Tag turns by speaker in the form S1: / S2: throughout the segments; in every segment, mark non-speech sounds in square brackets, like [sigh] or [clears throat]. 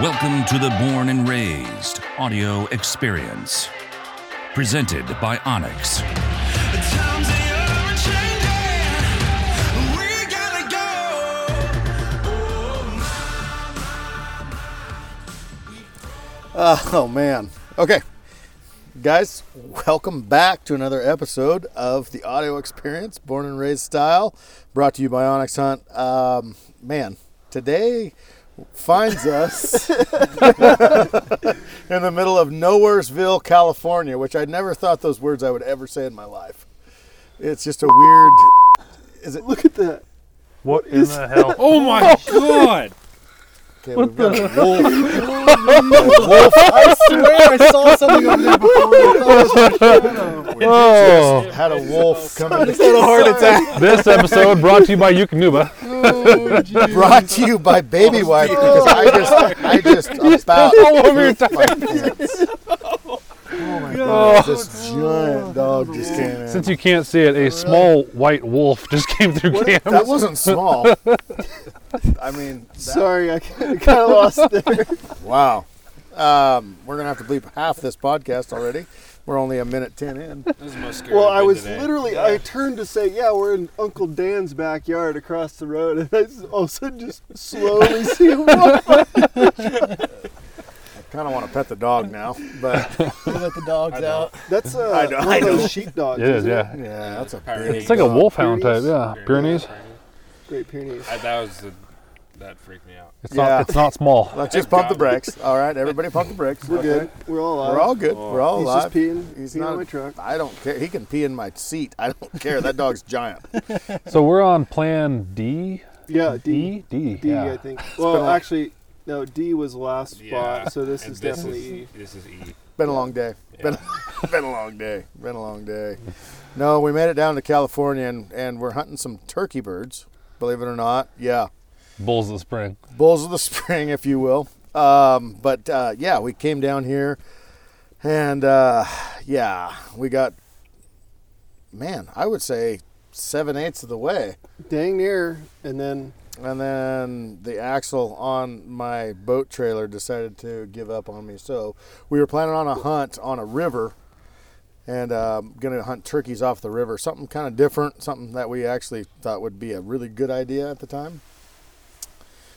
S1: Welcome to the Born and Raised Audio Experience, presented by Onyx.
S2: Oh man. Okay. Guys, welcome back to another episode of the Audio Experience, Born and Raised Style, brought to you by Onyx Hunt. Um, man, today finds us [laughs] in the middle of Nowheresville, California, which I never thought those words I would ever say in my life. It's just a weird. Is it?
S3: Look at that.
S4: What in the hell?
S5: Oh my
S2: [laughs]
S5: god!
S2: Okay, what the wolf. wolf.
S3: I swear I saw something over there before.
S2: [laughs]
S4: Oh,
S2: Had a wolf coming.
S3: It's not a heart attack.
S4: this episode brought to you by Yukonuba.
S2: brought to you by Baby Wipe because I just I just about
S4: all over your
S2: pooped my pants. Oh my god, this giant dog just came in.
S4: Since you can't see it, a small white wolf just came through camera.
S2: that wasn't small. I mean, that,
S3: Sorry, I kind of lost there.
S2: wow. Um, we're gonna have to bleep half this podcast already. We're only a minute ten in.
S3: Well, I was literally, I turned to say, yeah, we're in Uncle Dan's backyard across the road, [laughs] and I s- all of a sudden just slowly [laughs] see him walk.
S2: Kind of want to pet the dog now, but yeah,
S6: let the dogs out.
S3: That's uh, I
S2: know,
S3: one
S2: I
S3: of those sheep dogs.
S4: It is,
S3: isn't
S4: yeah.
S2: that's a
S6: Pyrenees.
S2: big.
S4: It's like a
S2: dog.
S4: wolfhound type,
S3: Pyrenees?
S4: yeah. Pyrenees.
S3: Great Pyrenees.
S6: I, that was the, that freaked me out.
S4: It's
S2: Yeah.
S4: not. It's not small.
S2: Let's just pump the brakes. All right, everybody, pump the brakes.
S3: We're
S2: Okay.
S3: good. We're all alive.
S2: We're all good. We're all
S3: He's
S2: alive.
S3: just peeing.
S2: He's
S3: peeing
S2: not-
S3: in my truck.
S2: I don't care. He can pee in my seat. I don't care. That dog's
S3: [laughs]
S2: giant.
S4: So we're on Plan D.
S3: Yeah, D.
S4: D. D.
S3: D, I
S4: yeah.
S3: think. Well,
S2: a-
S3: actually, no, D was the last spot, so this
S6: and
S3: is definitely E.
S6: This is E.
S2: Been a long day. Been, been a [laughs] long day. Been a long day. No, we made it down to California and, and we're hunting some turkey birds, believe it or not. Yeah.
S4: Bulls of the spring.
S2: Bulls of the spring, if you will. Um, but uh, yeah, we came down here and uh, yeah, we got, man, I would say seven eighths of the way.
S3: Dang near, and then
S2: And then the axle on my boat trailer decided to give up on me. So we were planning on a hunt on a river and um, going to hunt turkeys off the river. Something kind of different, something that we actually thought would be a really good idea at the time,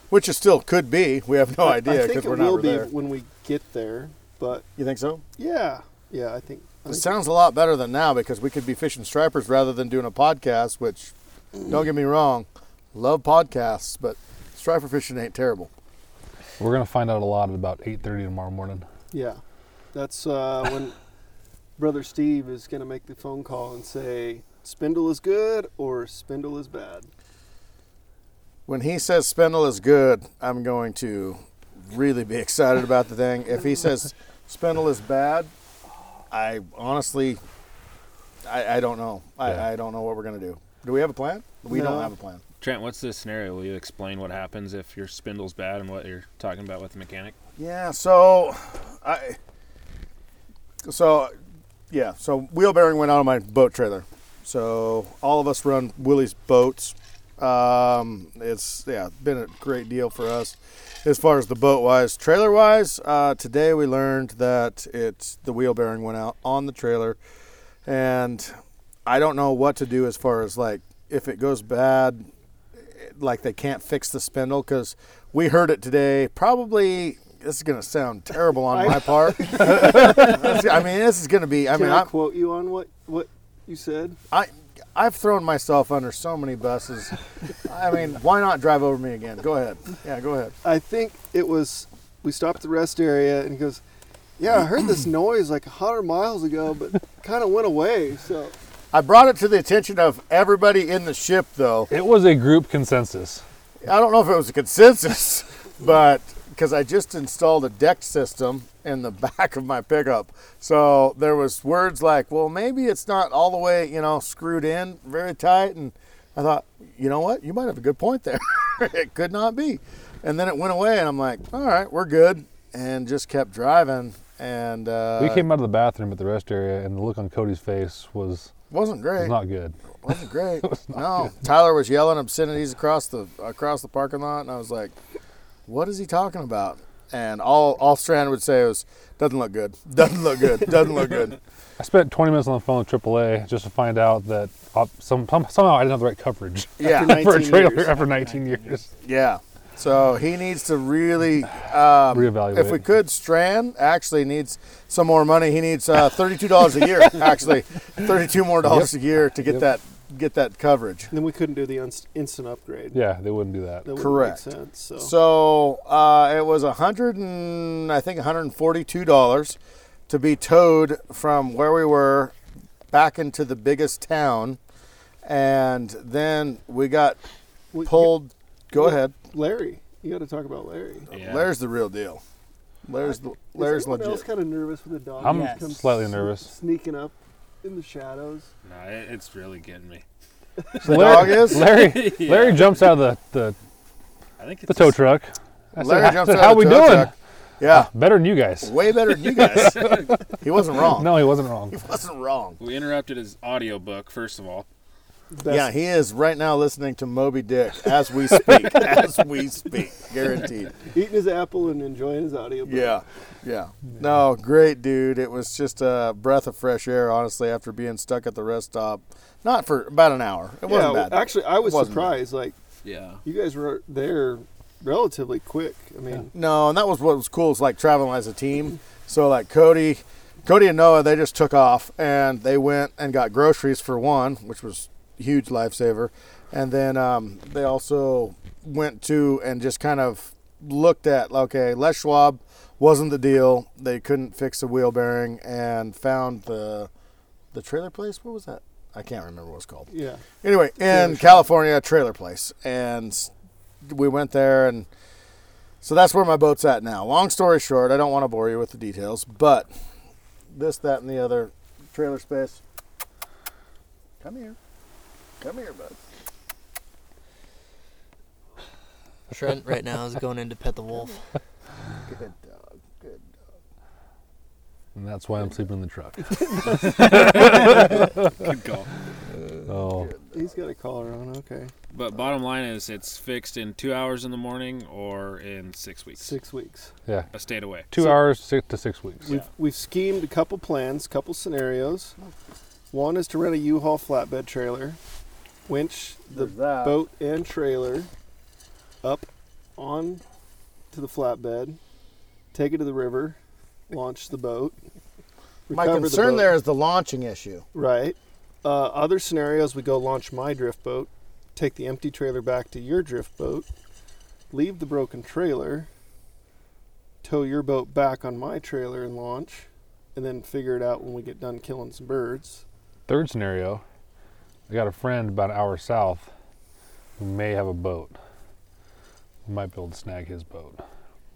S2: which it still could be. We have no idea
S3: I think
S2: because
S3: it
S2: we're
S3: will
S2: not
S3: be
S2: there.
S3: when we get there. But
S2: You think so?
S3: yeah, yeah, I think. I
S2: It
S3: think-
S2: sounds a lot better than now because we could be fishing stripers rather than doing a podcast, which, don't get me wrong, love podcasts, but striper fishing ain't terrible.
S4: We're gonna find out a lot at about 8:30 tomorrow morning.
S3: yeah, that's uh, when brother Steve is gonna make the phone call and say spindle is good or spindle is bad.
S2: When he says spindle is good, I'm going to really be excited about the thing. If he says spindle is bad, I honestly, I, I don't know. I,
S4: Yeah.
S2: I don't know what we're gonna do. Do we have a plan? We
S3: No.
S2: don't have a plan.
S6: Trent, what's the scenario? Will you explain what happens if your spindle's bad and what you're talking about with the mechanic?
S2: Yeah. So, I. So, yeah. So wheel bearing went out on my boat trailer. So all of us run Willie's boats. Um, it's yeah been a great deal for us as far as the boat wise. Trailer wise, uh, today we learned that it's the wheel bearing went out on the trailer, and I don't know what to do as far as like if it goes bad like they can't fix the spindle because we heard it today. Probably this is gonna sound terrible on my part. I mean, this is gonna be. I
S3: Can I,
S2: mean, I,
S3: quote you on what what you said?
S2: I I've thrown myself under so many buses. I mean, why not drive over me again? Go ahead. Yeah, go ahead.
S3: I think it was we stopped at the rest area and he goes, yeah, I
S2: [clears throat]
S3: heard this noise like hundred miles ago, but [laughs] kind of went away. So
S2: I brought it to the attention of everybody in the ship, though.
S4: It was a group consensus.
S2: I don't know if it was a consensus, [laughs] but because I just installed a deck system in the [laughs] back of my pickup. So there was words like, well, maybe it's not all the way, you know, screwed in very tight. And I thought, you know what? You might have a good point there. [laughs] it could not be. And then it went away and I'm like, all right, we're good. And just kept driving. And uh,
S4: we came out of the bathroom at the rest area, and the look on Cody's face was
S2: wasn't great.
S4: was not good.
S2: wasn't
S4: [laughs]
S2: great. no, Tyler was yelling obscenities across the across the parking lot, and I was like, "What is he talking about?" and all all Strand would say was, "Doesn't look good. Doesn't look good. Doesn't look good."
S4: [laughs] I spent 20 minutes on the phone with AAA just to find out that op- some, some- somehow I didn't have the right coverage
S2: Yeah.
S3: After
S4: for a
S3: 19
S4: trailer
S3: years.
S4: after 19 years.
S2: Yeah. So he needs to
S4: [sighs]
S2: really um,
S4: Reevaluate.
S2: If we could, Strand actually needs some more money. He needs uh, thirty-two dollars a
S4: [laughs]
S2: year, actually, thirty-two more dollars a year to get
S4: Yep.
S2: that get that coverage.
S3: Then we couldn't do the inst- instant upgrade.
S4: Yeah, they wouldn't do that.
S3: That wouldn't
S2: Correct.
S3: Make sense, so.
S2: So uh, it was a hundred and I think one hundred and forty-two dollars to be towed from where we were back into the biggest town, and then we got
S3: Well, you-
S2: pulled. Go ahead.
S3: Larry. You got to talk about Larry.
S6: Yeah.
S2: Larry's the real deal. Larry's the Larry's
S3: Is anyone else
S2: legit.
S3: kind of nervous when the dog
S4: I'm
S5: Yes.
S3: comes
S4: slightly
S3: sne-
S4: nervous.
S3: [laughs] sneaking up in the shadows?
S6: Nah, it, it's really getting me.
S4: The
S2: dog is?
S4: Larry. Larry jumps out of the, the,
S6: I think it's
S4: the tow
S6: just-
S4: truck. I
S2: Larry
S4: said,
S2: jumps
S4: I
S2: out
S4: said,
S2: of
S4: How
S2: the
S4: we
S2: tow
S4: doing?
S2: truck. Yeah,
S4: Better than you guys.
S2: way better than you
S4: [laughs]
S2: guys. he wasn't wrong.
S4: No, he wasn't wrong.
S2: he wasn't wrong.
S6: We interrupted his audiobook, first of all.
S3: That's-
S2: yeah, he is right now listening to Moby Dick as we
S4: [laughs]
S2: speak. as we speak, guaranteed.
S3: eating his apple and enjoying his audiobook.
S2: Yeah, yeah. No, great dude. It was just a breath of fresh air, honestly, after being stuck at the rest stop, not for about an hour. It wasn't
S3: Yeah,
S2: bad.
S3: Actually, I was
S2: It wasn't bad.
S3: surprised. Like
S6: Yeah.
S3: you guys were there relatively quick. I mean,
S2: No, and that was what was cool is like traveling as a team. So like Cody, Cody and Noah, they just took off and they went and got groceries for one, which was a huge lifesaver. And then um, they also went to and just kind of looked at okay, Les Schwab wasn't the deal. They couldn't fix the wheel bearing and found the the trailer place. What was that? I can't remember what it's called
S3: yeah,
S2: anyway in california trailer place and s- we went there and so that's where my boat's at now long story short i don't want to bore you with the details but this that and the other trailer space come here come here bud
S5: Trent right now is going in to pet the wolf.
S2: good dog good dog.
S4: And that's why I'm sleeping in the truck.
S6: [laughs] Good call.
S4: Oh,
S3: he's got a collar on. Okay,
S6: But bottom line is, it's fixed in two hours in the morning or in six weeks.
S3: six weeks.
S4: yeah.
S6: I stayed away.
S4: Two hours six to six weeks.
S6: Yeah.
S3: We've we've schemed a couple plans, couple scenarios. One is to rent a U-Haul flatbed trailer, winch the
S2: There's that.
S3: boat and trailer up on to the flatbed, take it to the river, launch the boat.
S2: my
S3: recover the
S2: concern
S3: boat.
S2: there is the launching issue
S3: Right. Uh, other scenarios we go launch my drift boat, take the empty trailer back to your drift boat, leave the broken trailer, tow your boat back on my trailer and launch, and then figure it out when we get done killing some birds.
S4: Third scenario, I got a friend about an hour south who may have a boat. We might be able to snag his boat.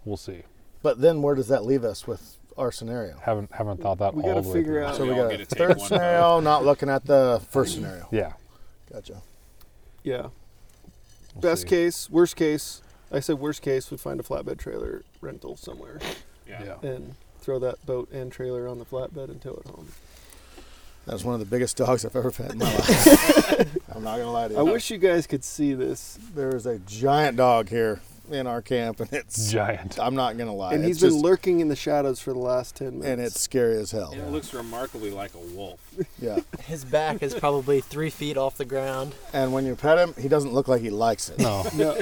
S4: We'll see.
S2: but then where does that leave us with our scenario
S4: Haven't haven't thought that
S3: We
S4: all
S3: gotta
S4: the
S3: figure
S4: way through.
S3: out-
S2: so
S6: We
S2: we
S6: all
S2: got
S6: get
S2: a
S6: to take
S2: third
S6: one
S2: scenario not looking at the first scenario
S4: Yeah.
S2: gotcha
S3: Yeah.
S4: we'll
S3: Best
S4: see.
S3: case, worst case, I said worst case, we find a flatbed trailer rental somewhere
S6: Yeah.
S4: Yeah.
S3: and throw that boat and trailer on the flatbed and tow it home.
S2: that was one of the biggest dogs i've ever pet in
S4: [laughs]
S2: my life i'm not gonna lie to you
S3: I wish you guys could see this.
S2: There is a giant dog here in our camp, and it's.
S4: Giant.
S2: I'm not gonna lie.
S3: And
S2: it's
S3: he's been
S2: just-
S3: lurking in the shadows for the last 10 minutes.
S2: and it's scary as hell.
S6: And it looks remarkably like a wolf.
S2: Yeah.
S5: His back is probably three feet off the ground.
S2: And when you pet him, he doesn't look like he likes it.
S4: No.
S3: No.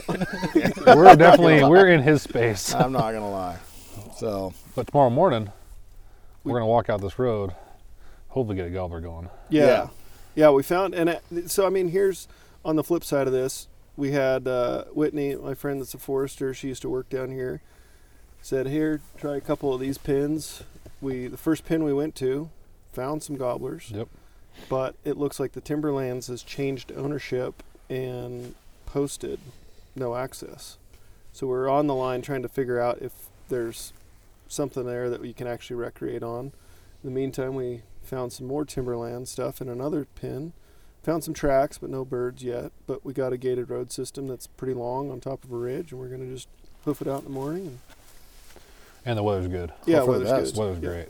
S4: we're definitely we're in his space.
S2: I'm not gonna lie. So
S4: [laughs] But tomorrow morning we're gonna walk out this road. Hopefully get a gobbler going.
S3: Yeah.
S2: Yeah.
S3: yeah. we found, and it, so I mean, here's on the flip side of this, we had uh, Whitney, my friend that's a forester, she used to work down here, said, Here, try a couple of these pins. We The first pin we went to found some gobblers,
S4: Yep.
S3: but it looks like the Timberlands has changed ownership and posted no access. So we're on the line trying to figure out if there's something there that we can actually recreate on. In the meantime, we found some more timberland stuff in another pin. Found some tracks, but no birds yet. But we got a gated road system that's pretty long on top of a ridge, and we're gonna just hoof it out in the morning. And
S4: And the weather's good.
S3: yeah,
S2: Hopefully
S3: weather's
S2: that's-
S3: good.
S4: Weather's
S3: Yeah.
S4: great.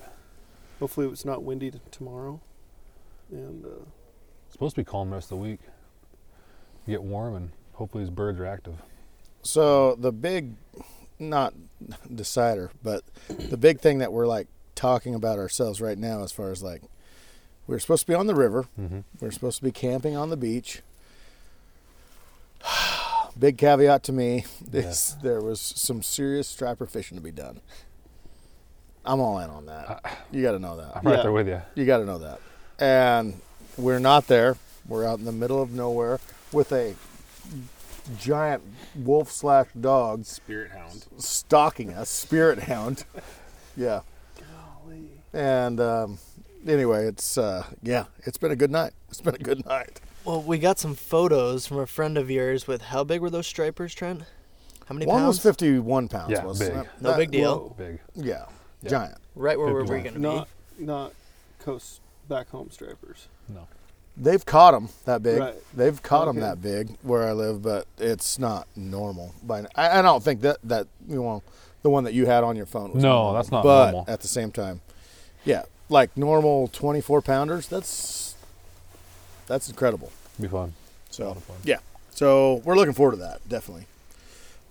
S3: Hopefully, it's not windy t- tomorrow. And uh,
S4: It's supposed to be calm the rest of the week. Get warm and hopefully these birds are active.
S2: so the big not [laughs] decider, but the big thing that we're like talking about ourselves right now, as far as like we're supposed to be on the river,
S4: Mm-hmm.
S2: we're supposed to be camping on the beach. [sighs] Big caveat to me [laughs] is there was some serious striper fishing to be done. I'm all in on that. you got to know that.
S4: I'm right
S3: Yeah.
S4: there with you.
S2: You got to know that. And we're not there. We're out in the middle of nowhere with a giant wolf slash dog
S6: Spirit hound.
S2: stalking us, spirit hound. [laughs] Yeah. And um, anyway, it's uh, yeah, it's been a good night. It's been a good night.
S5: Well, we got some photos from a friend of yours with how big were those stripers, Trent? How many
S2: One
S5: pounds?
S2: was 51 pounds.
S4: Yeah,
S2: was
S4: big.
S5: No big deal.
S3: Whoa.
S4: Big.
S2: Yeah,
S4: Yeah.
S2: giant.
S5: Right where we
S4: Fifty
S5: were
S4: one.
S5: going to be.
S3: Not not coast back home stripers.
S4: No.
S2: They've caught them that big.
S3: Right.
S2: They've caught them
S3: Okay.
S2: that big where I live, but it's not normal. But I, I don't think that that you know the one that you had on your phone. was
S4: No,
S2: normal.
S4: that's not
S2: but
S4: normal.
S2: at the same time, yeah, like normal 24 pounders. That's that's incredible.
S4: Be fun.
S2: So
S4: lot of fun.
S2: yeah, so we're looking forward to that definitely.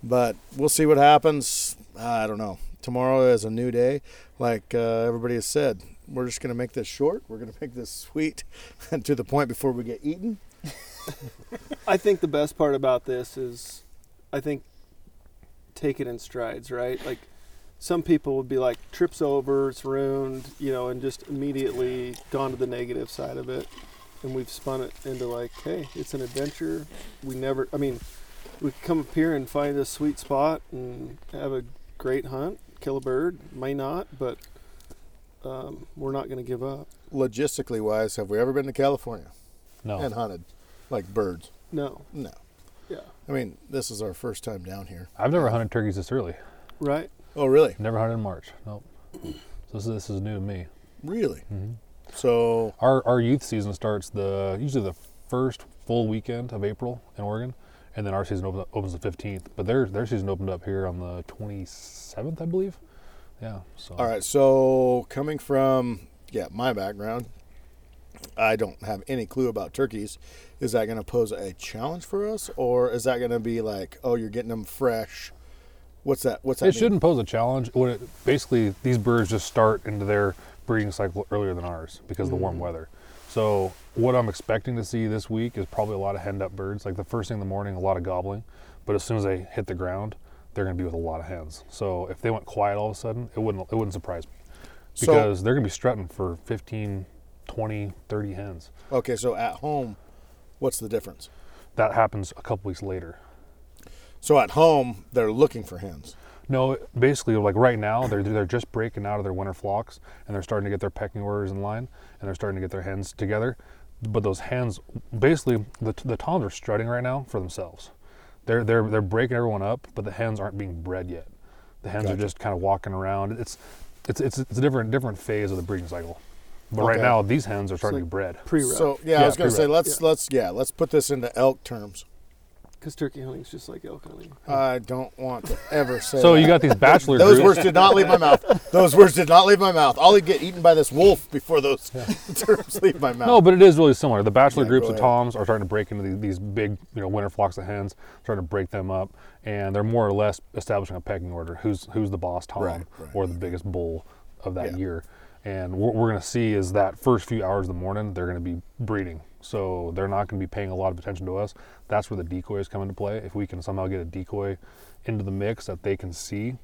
S2: But we'll see what happens. I don't know. Tomorrow is a new day, like uh, everybody has said. We're just gonna make this short. We're gonna [laughs] make this sweet and to the point before we get eaten.
S3: I think the best part about this is, I think, take it in strides, right? Like, some people would be like, trips over, it's ruined, you know, and just immediately gone to the negative side of it. And we've spun it into like, hey, it's an adventure. We never, I mean, we could come up here and find a sweet spot and have a great hunt, kill a bird, may not, but um, we're not going to give up.
S2: Logistically wise, have we ever been to California
S4: No.
S2: and hunted like birds?
S3: No.
S2: No.
S3: Yeah.
S2: I mean, this is our first time down here.
S4: I've never hunted turkeys this early.
S3: Right?
S2: Oh, really?
S4: Never hunted in March. Nope. So this, this is new to me.
S2: Really? So
S4: Our our youth season starts the usually the first full weekend of April in Oregon, and then our season opens, opens the fifteenth. But their their season opened up here on the twenty seventh, I believe. Yeah. So
S2: All right, so coming from yeah my background, I don't have any clue about turkeys. Is that going to pose a challenge for us, or is that going to be like, oh, you're getting them fresh? What's that? What's that?
S4: It
S2: mean?
S4: shouldn't pose a challenge. What it, basically, these birds just start into their breeding cycle earlier than ours because of the warm weather. So, what I'm expecting to see this week is probably a lot of hen up birds. Like the first thing in the morning, a lot of gobbling. But as soon as they hit the ground, they're going to be with a lot of hens. So, if they went quiet all of a sudden, it wouldn't it wouldn't surprise me
S2: So-
S4: because they're going to be strutting for 15, 20, 30 hens.
S2: Okay, so at home, what's the difference?
S4: That happens a couple weeks later.
S2: So at home, they're looking for hens.
S4: No, basically, like right now, they're they're just breaking out of their winter flocks, and they're starting to get their pecking orders in line, and they're starting to get their hens together. But those hens, basically, the the toms are strutting right now for themselves. They're they're they're breaking everyone up, but the hens aren't being bred yet. The hens are
S2: Gotcha.
S4: just kind of walking around. It's it's it's, it's a different different phase of the breeding cycle. But right
S2: Okay.
S4: now, these hens are starting to
S3: like
S4: be bred.
S3: Pre-rut.
S2: So yeah, I
S4: Yeah,
S2: was going to say
S4: pre-rut.
S2: let's let's yeah let's put this into elk terms.
S3: Because turkey hunting's just like elk hunting.
S2: I don't want to ever say.
S4: So
S2: that.
S4: you got
S2: [laughs]
S4: these bachelor
S2: Those
S4: groups.
S2: words did not leave my mouth. Those words did not leave my mouth. I'll get eaten by this wolf before those [laughs] terms leave my mouth.
S4: No, but it is really similar. The bachelor
S2: Yeah,
S4: groups
S2: go
S4: of
S2: ahead.
S4: toms are starting to break into these, these big, you know, winter flocks of hens, starting to break them up, and they're more or less establishing a pecking order. Who's who's the boss tom
S2: Right, right,
S4: or the biggest bull of that
S2: Yeah.
S4: year? And what we're going to see is that first few hours of the morning, they're going to be breeding. So they're not going to be paying a lot of attention to us. That's where the decoys come into play. If we can somehow get a decoy into the mix that they can see,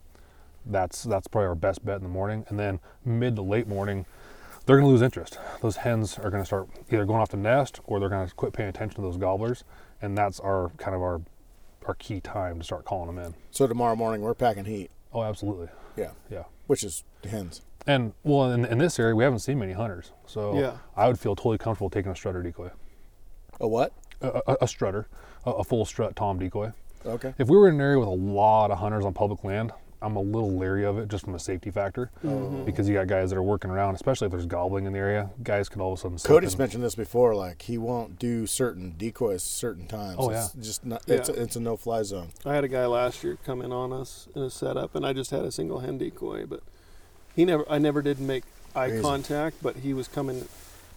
S4: that's that's probably our best bet in the morning. And then mid to late morning, they're going to lose interest. Those hens are going to start either going off to nest or they're going to quit paying attention to those gobblers, and that's our kind of our our key time to start calling them in.
S2: So tomorrow morning we're packing heat.
S4: Oh, absolutely,
S2: Yeah.
S4: yeah.
S2: Which is hens.
S4: And well, in, in this area, we haven't seen many hunters, so
S3: Yeah.
S4: I would feel totally comfortable taking a strutter decoy,
S2: A what?
S4: a, a, a strutter, a, a full strut tom decoy.
S2: Okay.
S4: If we were in an area with a lot of hunters on public land, I'm a little leery of it just from a safety factor
S3: Mm-hmm.
S4: because you got guys that are working around, especially if there's gobbling in the area. Guys could all of a sudden. slip
S2: Cody's
S4: in.
S2: mentioned this before. Like he won't do certain decoys certain times.
S4: Oh,
S2: It's
S4: yeah.
S2: just not. It's a, it's a no fly zone.
S3: I had a guy last year come in on us in a setup, and I just had a single hen decoy, but he never. I never did make eye
S2: Crazy.
S3: contact, but he was coming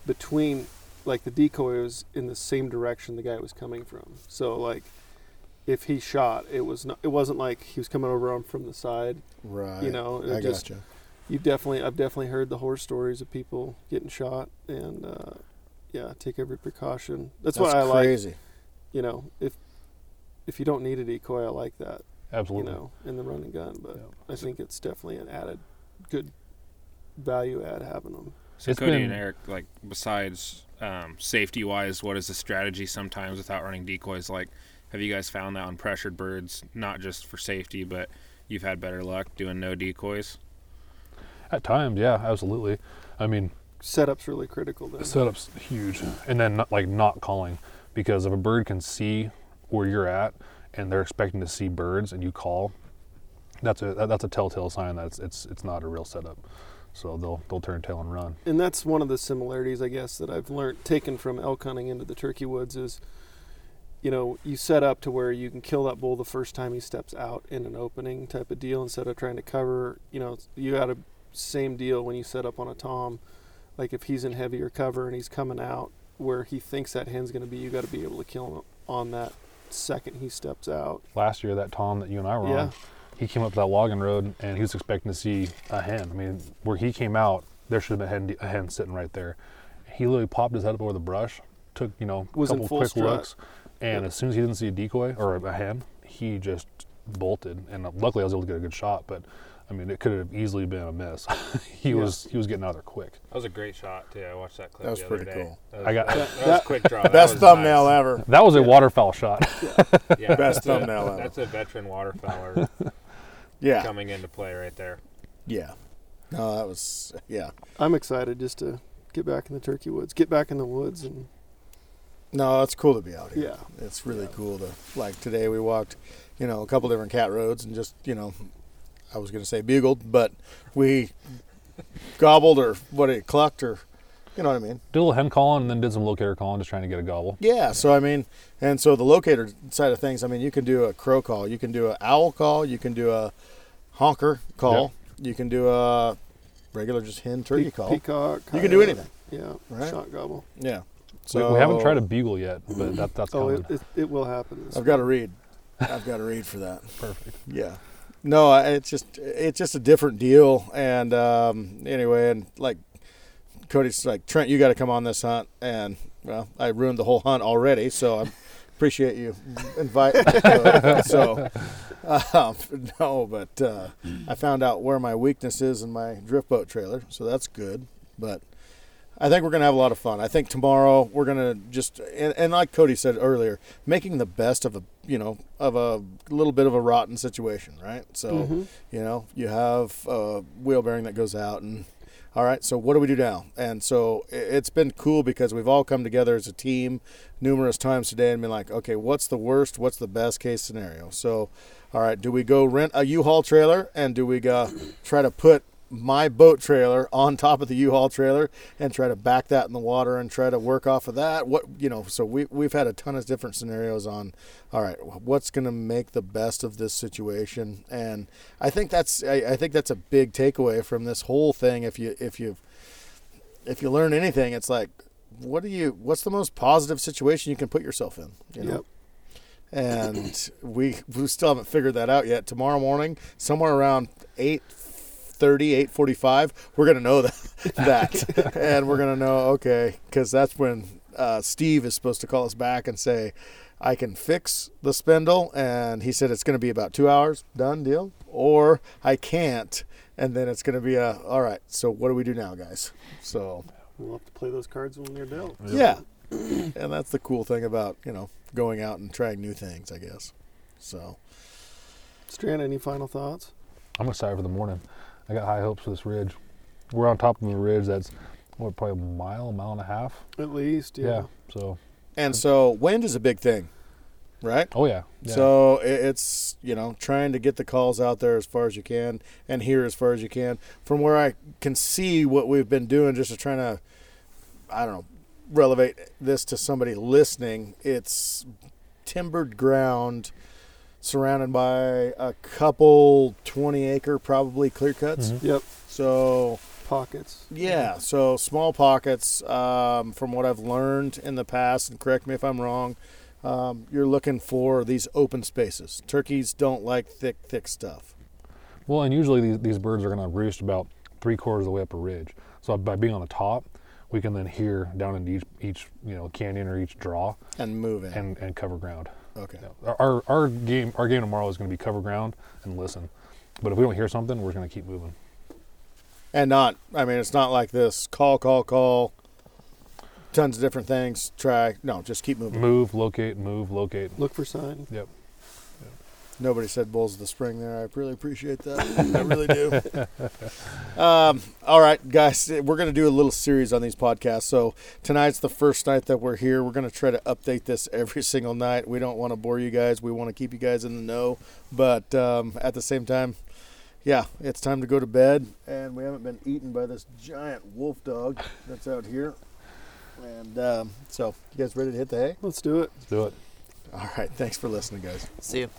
S3: between, like the decoy was in the same direction the guy was coming from. So like, if he shot, it was not, it wasn't like he was coming over him from the side.
S2: Right.
S3: You know, it
S2: I
S3: just-
S2: gotcha.
S3: You definitely, I've definitely heard the horror stories of people getting shot, and uh, yeah, take every precaution. That's, what I like.
S2: crazy.
S3: You know, if if you don't need a decoy, I like that. You
S4: Absolutely.
S3: know, in the running gun, but
S4: Yeah.
S3: I think it's definitely an added good value add having them.
S6: So
S4: It's
S6: Cody
S4: been-
S6: and Eric, like besides um, safety wise, what is the strategy sometimes without running decoys? Like, have you guys found that on pressured birds, not just for safety, but you've had better luck doing no decoys?
S4: At times, yeah, absolutely. I mean,
S3: Setup's really critical. Then.
S4: The setup's huge, and then not, like not calling because if a bird can see where you're at and they're expecting to see birds and you call, that's a that- that's a telltale sign that it's it's, it's not a real setup. So they'll they'll turn tail and run.
S3: and that's one of the similarities I guess that I've learned taken from elk hunting into the turkey woods is you know you set up to where you can kill that bull the first time he steps out in an opening type of deal instead of trying to cover you know you got a same deal when you set up on a tom like if he's in heavier cover and he's coming out where he thinks that hen's going to be you got to be able to kill him on that second he steps out
S4: Last year, that Tom that you and I were
S3: Yeah.
S4: on, he came up that logging road and he was expecting to see a hen. I mean, where he came out, there should have been a hen, a hen sitting right there. He literally popped his head up over the brush, took you know a
S3: Was in
S4: couple
S3: full
S4: quick
S3: strut.
S4: looks, and
S3: Yep.
S4: as soon as he didn't see a decoy or a hen, he just bolted. And uh, luckily, I was able to get a good shot, but. I mean, it could have easily been a miss. [laughs] he
S3: Yeah.
S4: was he was getting out there quick.
S6: That was a great shot too. I watched that clip.
S2: That was
S6: the other
S2: pretty
S6: day.
S2: cool.
S6: That was,
S4: I got-
S6: that, that was
S3: That-
S6: a quick draw. That
S2: Best
S6: was
S2: thumbnail
S6: nice.
S2: ever.
S4: That was a waterfowl shot. [laughs]
S6: [laughs] Yeah,
S2: Best
S6: that's a-
S2: thumbnail ever.
S6: That's a veteran waterfowler
S2: Yeah.
S6: coming into play right there.
S2: Yeah. No, that was yeah.
S3: I'm excited just to get back in the turkey woods get back in the woods and
S2: No, it's cool to be out here.
S3: yeah
S2: It's really cool to like today we walked, you know, a couple different cat roads and just, you know, I was gonna say bugled, but we gobbled or what it clucked or you know what I mean.
S4: did a little hen calling and then did some locator calling, just trying to get a gobble.
S2: Yeah, so I mean, and so the locator side of things, I mean, you can do a crow call, you can do a owl call, you can do a honker call, you can do a regular just hen turkey
S3: Pe-
S2: call.
S3: peacock
S2: you can do
S3: coyote.
S2: anything.
S3: Yeah,
S2: Right?
S3: shot gobble.
S2: Yeah.
S4: We-
S2: So
S4: we, haven't tried a bugle yet, but that, that's
S3: Oh,
S4: coming.
S3: it, it, it will happen. This
S2: I've got to [laughs] read. I've got to read for that.
S4: Perfect.
S2: Yeah. No, I- it's just it's just a different deal. And um, anyway, and like Cody's like Trent, you got to come on this hunt, and well, I ruined the whole hunt already, so I appreciate you inviting. me to it. [laughs] so [laughs] um, no, but uh, I found out where my weakness is in my drift boat trailer, so that's good. But I think we're gonna have a lot of fun. I think tomorrow we're gonna just and, and like Cody said earlier, making the best of a you know of a little bit of a rotten situation, right? So
S3: Mhm.
S2: you know you have a wheel bearing that goes out, and all right, so what do we do now? And so i- it's been cool because we've all come together as a team numerous times today and been like, okay, what's the worst? What's the best case scenario? So, all right, do we go rent a U-Haul trailer and do we go try to put my boat trailer on top of the U-Haul trailer and try to back that in the water and try to work off of that. What you know, so we we've had a ton of different scenarios on. All right, what's going to make the best of this situation? And I think that's I, I think that's a big takeaway from this whole thing. If you if you if you learn anything, it's like what do you what's the most positive situation you can put yourself in? You know
S3: Yep.
S2: and we we still haven't figured that out yet. Tomorrow morning, somewhere around eight thirty, eight forty-five, we're gonna know [laughs] that, that, and we're gonna know okay, because that's when uh, Steve is supposed to call us back and say, "I can fix the spindle," and he said it's gonna be about two hours, done deal, or I can't, and then it's gonna be a all right. So what do we do now, guys? So
S3: We'll have to play those cards when they're dealt.
S2: yeah. [clears throat] and that's the cool thing about, you know, going out and trying new things, I guess. So,
S3: Strand, any final thoughts?
S4: I'm excited for the morning. I got high hopes for this ridge. We're on top of a ridge that's what, probably a mile, mile and a half.
S3: At least, yeah.
S4: So,
S2: and so wind is a big thing, right?
S4: oh yeah. yeah.
S2: So i- it's you know trying to get the calls out there as far as you can and here as far as you can. From where I can see what we've been doing, just to trying to, I don't know, relevate this to somebody listening. It's timbered ground, surrounded by a couple twenty acre probably clear cuts.
S4: Mhm.
S3: Yep.
S2: So
S3: Pockets.
S2: yeah, so small pockets, um, from what I've learned in the past, and correct me if I'm wrong, um, you're looking for these open spaces. Turkeys don't like thick, thick stuff.
S4: Well, and usually these, these birds are going to roost about three quarters of the way up a ridge. So by being on the top, we can then hear down into each, each you know canyon or each draw
S2: And move in.
S4: and, and cover ground.
S2: okay.
S4: You know, our our game our game tomorrow is going to be cover ground and listen. But if we don't hear something, we're just going to keep moving.
S2: And not, I mean, it's not like this call, call, call, tons of different things, try. No, just keep moving.
S4: Move, locate, move, locate.
S3: Look for sign.
S4: Yep.
S2: Nobody said Bulls of the Spring there. I really appreciate that. I really do. um, all right, guys, we're going to do a little series on these podcasts. So tonight's the first night that we're here. We're going to try to update this every [laughs] single night. We don't want to bore you guys. We want to keep you guys in the know. But um, at the same time, yeah, it's time to go to bed. And we haven't been eaten by this giant wolf dog that's out here. And um, so, you guys ready to hit the hay?
S3: Let's do it.
S4: Let's do it.
S2: All right, thanks for listening, guys.
S5: See you.